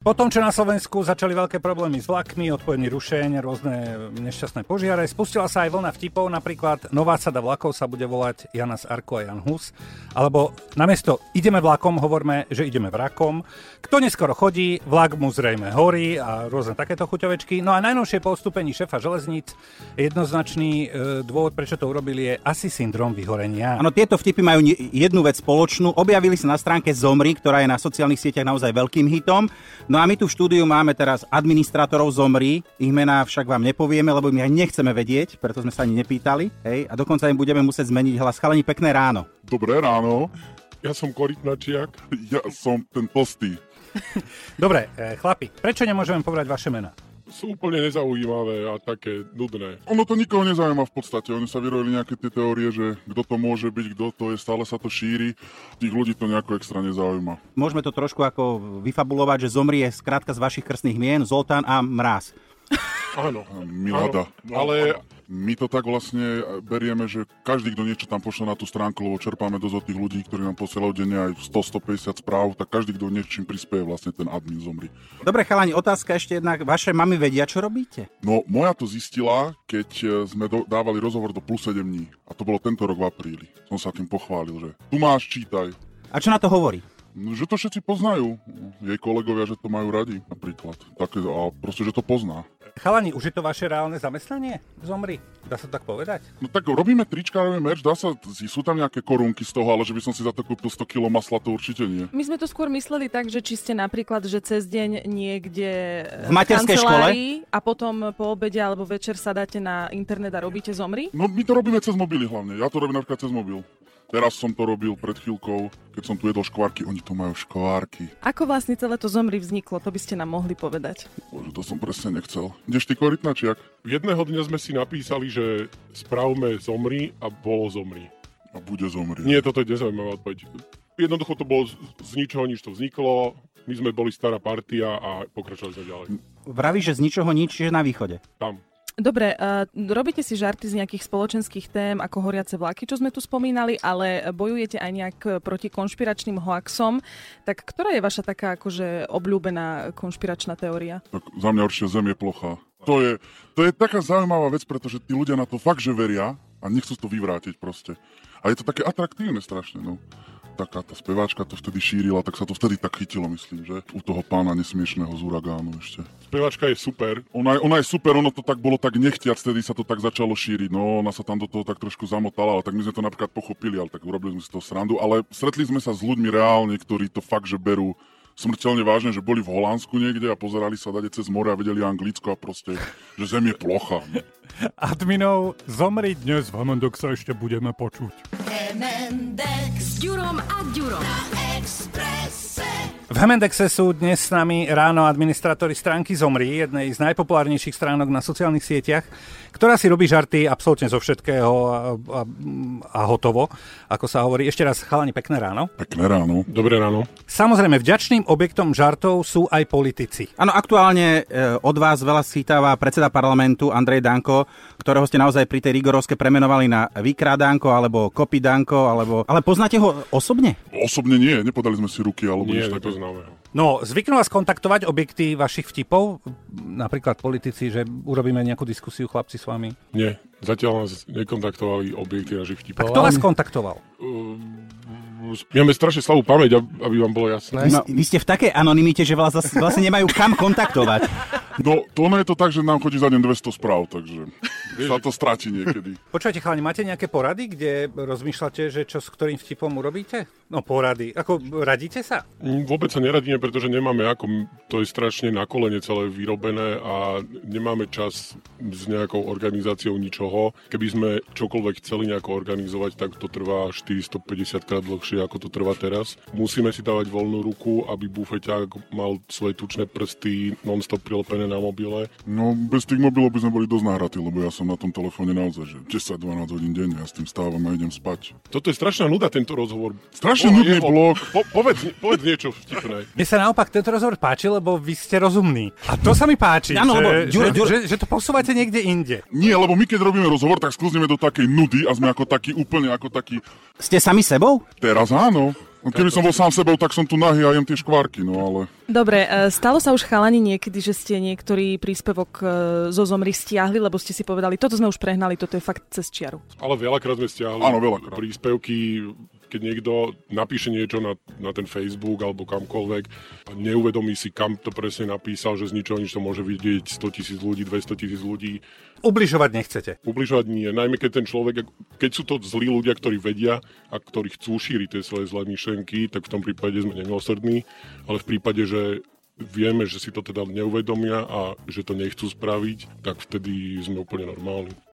Po tom, čo na Slovensku začali veľké problémy s vlakmi, odpojený rušeň, rôzne nešťastné požiare, spustila sa aj vlna vtipov, napríklad nová sada vlakov sa bude volať Jana z Arko a Jan Hus, alebo namiesto ideme vlakom, hovorme, že ideme vrakom. Kto neskoro chodí, vlak mu zrejme horí a rôzne takéto chuťovečky. No a najnovšie po odstúpení šefa železníc jednoznačný e, dôvod, prečo to urobili, je asi syndrom vyhorenia. Áno, tieto vtipy majú nie- jednu vec spoločnú. Objavili sa na stránke Zomri, ktorá je na sociálnych sieťach naozaj veľkým hitom. No a my tu v štúdiu máme teraz administrátorov Zomri. Ich mená však vám nepovieme, lebo my ich nechceme vedieť, preto sme sa ani nepýtali. Hej, a dokonca im budeme musieť zmeniť hlas. Chalani, pekné ráno. Dobré ráno. Ja som korytnačiak. Ja som ten tlstý. Dobre, e, chlapi, prečo nemôžeme povedať vaše mená? Sú úplne nezaujímavé a také nudné. Ono to nikoho nezaujíma v podstate. Oni sa vyrojili nejaké tie teórie, že kto to môže byť, kto to je, stále sa to šíri. Tých ľudí to nejako extra nezaujíma. Môžeme to trošku ako vyfabulovať, že Zomri je skrátka z vašich krstných mien Zoltán a Mráz. Áno. Milada. Áno, ale- My to tak vlastne berieme, že každý, kto niečo tam pošle na tú stránku, lebo čerpáme dosť od tých ľudí, ktorí nám posielajú denne aj 100-150 správ, tak každý, kto niečím prispieje, vlastne ten admin zomri. Dobre, chalani, otázka ešte jednak. Vaše mamy vedia, čo robíte? No, moja to zistila, keď e, sme do, dávali rozhovor do plus 7 dní. A to bolo tento rok v apríli. Som sa tým pochválil, že tu máš, čítaj. A čo na to hovorí? No, Že to všetci poznajú. Jej kolegovia, že to majú radi, napríklad. Tak, a proste, že to pozná. Chalani, už je to vaše reálne zamestnanie? Zomri, dá sa to tak povedať? No tak robíme trička, robíme merch, dá sa, sú tam nejaké korunky z toho, ale že by som si za to kúpil 100 kg masla, to určite nie. My sme to skôr mysleli tak, že či ste napríklad, že cez deň niekde V eh, materskej kancelárii a potom po obede alebo večer sa dáte na internet a robíte zomri? No my to robíme cez mobily hlavne. Ja to robím napríklad cez mobil. Teraz som to robil pred chvíľkou, keď som tu jedol škvárky. Oni to majú škvárky. Ako vlastne celé to zomri vzniklo, to by ste nám mohli povedať. Bože, to som presne nechcel. Ideš ty korytnačiak? Jedného dňa sme si napísali, že spravme zomri a bolo zomri. A bude zomrieť. Nie, toto je nezaujímavá odpoveď. Jednoducho to bolo z, z ničoho nič to vzniklo, my sme boli stará partia a pokračovali sme ďalej. Vraví, že z ničoho nič, že na východe. Tam. Dobre, uh, robíte si žarty z nejakých spoločenských tém, ako horiace vlaky, čo sme tu spomínali, ale bojujete aj nejak eh, proti konšpiračným hoaxom. Tak ktorá je vaša taká akože obľúbená konšpiračná teória? Tak za mňa určite zem je plochá. To je, to je taká zaujímavá vec, pretože tí ľudia na to fakt, že veria a nechcú to vyvrátiť proste. A je to také atraktívne strašne, no. Taká tá speváčka to vtedy šírila, tak sa to vtedy tak chytilo, myslím, že? U toho pána nesmiešného z uragánu ešte. Spevačka je super, Ona, je- ona je super, ono to tak bolo tak nechtiac, vtedy sa to tak začalo šíriť. No, ona sa tam do toho tak trošku zamotala, ale tak my sme to napríklad pochopili, ale tak urobili sme si to srandu. Ale stretli sme sa s ľuďmi reálne, ktorí to fakt, že berú smrteľne vážne, že boli v Holandsku niekde a pozerali sa dade cez more a vedeli anglicko a proste, že zem je plocha. No. Adminov, zomri dnes, v Hamondox sa ešte budeme počuť. M&X S Ďurom a Ďurom. Expresse. V Hemendexe sú dnes s nami ráno administratóri stránky Zomri, jednej z najpopulárnejších stránok na sociálnych sieťach, ktorá si robí žarty absolútne zo všetkého a, a, a hotovo, ako sa hovorí. Ešte raz, chalani, pekné ráno. Pekné ráno. dobré ráno. Samozrejme, vďačným objektom žartov sú aj politici. Áno, aktuálne e, od vás veľa schytáva predseda parlamentu Andrej Danko, ktorého ste naozaj pri tej rigorovske premenovali na Vykrádanko alebo Kopidanko, alebo... Ale poznáte ho osobne? Osobne nie, nepodali sme si ruky alebo Nie, nič také. nepoznáme ho. No, zvyknú vás kontaktovať objekty vašich vtipov, napríklad politici, že urobíme nejakú diskusiu, chlapci, s vami. Nie, zatiaľ nás nekontaktovali objekty našich A vtipov. kto vás kontaktoval? My máme strašne slabú pamäť, ab- aby vám bolo jasné. Vy, no. vy ste v takej anonimite, že vás zas- vlastne nemajú kam kontaktovať. No, to ono je to tak, že nám chodí za deň 200 správ, takže sa to stráti niekedy. Počujete, chalani, máte nejaké porady, kde rozmýšľate, že čo s ktorým vtipom urobíte? No, porady. Ako, radíte sa? Mm, Vôbec sa neradíme, pretože nemáme ako, to je strašne na kolene celé vyrobené a nemáme čas s nejakou organizáciou ničoho. Keby sme čokoľvek chceli nejako organizovať, tak to trvá 450 krát dlhšie, ako to trvá teraz. Musíme si dávať voľnú ruku, aby bufeťák mal svoje tučné prsty non-stop prilepené na mobile. No, bez tých mobilov by sme boli dosť nahratí, lebo ja som na tom telefóne naozaj, že 10-12 hodín denne, ja s tým stávam a idem spať. Toto je strašná nuda, tento rozhovor. Strašne nudný jeho- blok. Po, povedz, povedz niečo vtipné. Mne sa naopak tento rozhovor páči, lebo vy ste rozumní. A to sa mi páči, Áno, že, lebo že, Ďuro- Ďuro- že, že to posúvate niekde inde. Nie, lebo my keď robíme rozhovor, tak sklzneme do takej nudy a sme ako takí úplne ako takí... Ste sami sebou? Teraz áno. No, keby som bol sám sebou, tak som tu nahý a jem tie škvárky, no ale... Dobre, e, stalo sa už chalani niekedy, že ste niektorý príspevok e, zo Zomri stiahli, lebo ste si povedali, toto sme už prehnali, toto je fakt cez čiaru. Ale veľakrát sme stiahli Áno, veľakrát. príspevky, keď niekto napíše niečo na, na ten Facebook alebo kamkoľvek a neuvedomí si, kam to presne napísal, že z ničoho nič to môže vidieť 100 tisíc ľudí, 200 tisíc ľudí. Ubližovať nechcete. Ubližovať nie, najmä keď ten človek, ak- keď sú to zlí ľudia, ktorí vedia a ktorí chcú šíriť tie svoje zlé myšlenky, tak v tom prípade sme nemilosrdní, ale v prípade, že vieme, že si to teda neuvedomia a že to nechcú spraviť, tak vtedy sme úplne normálni.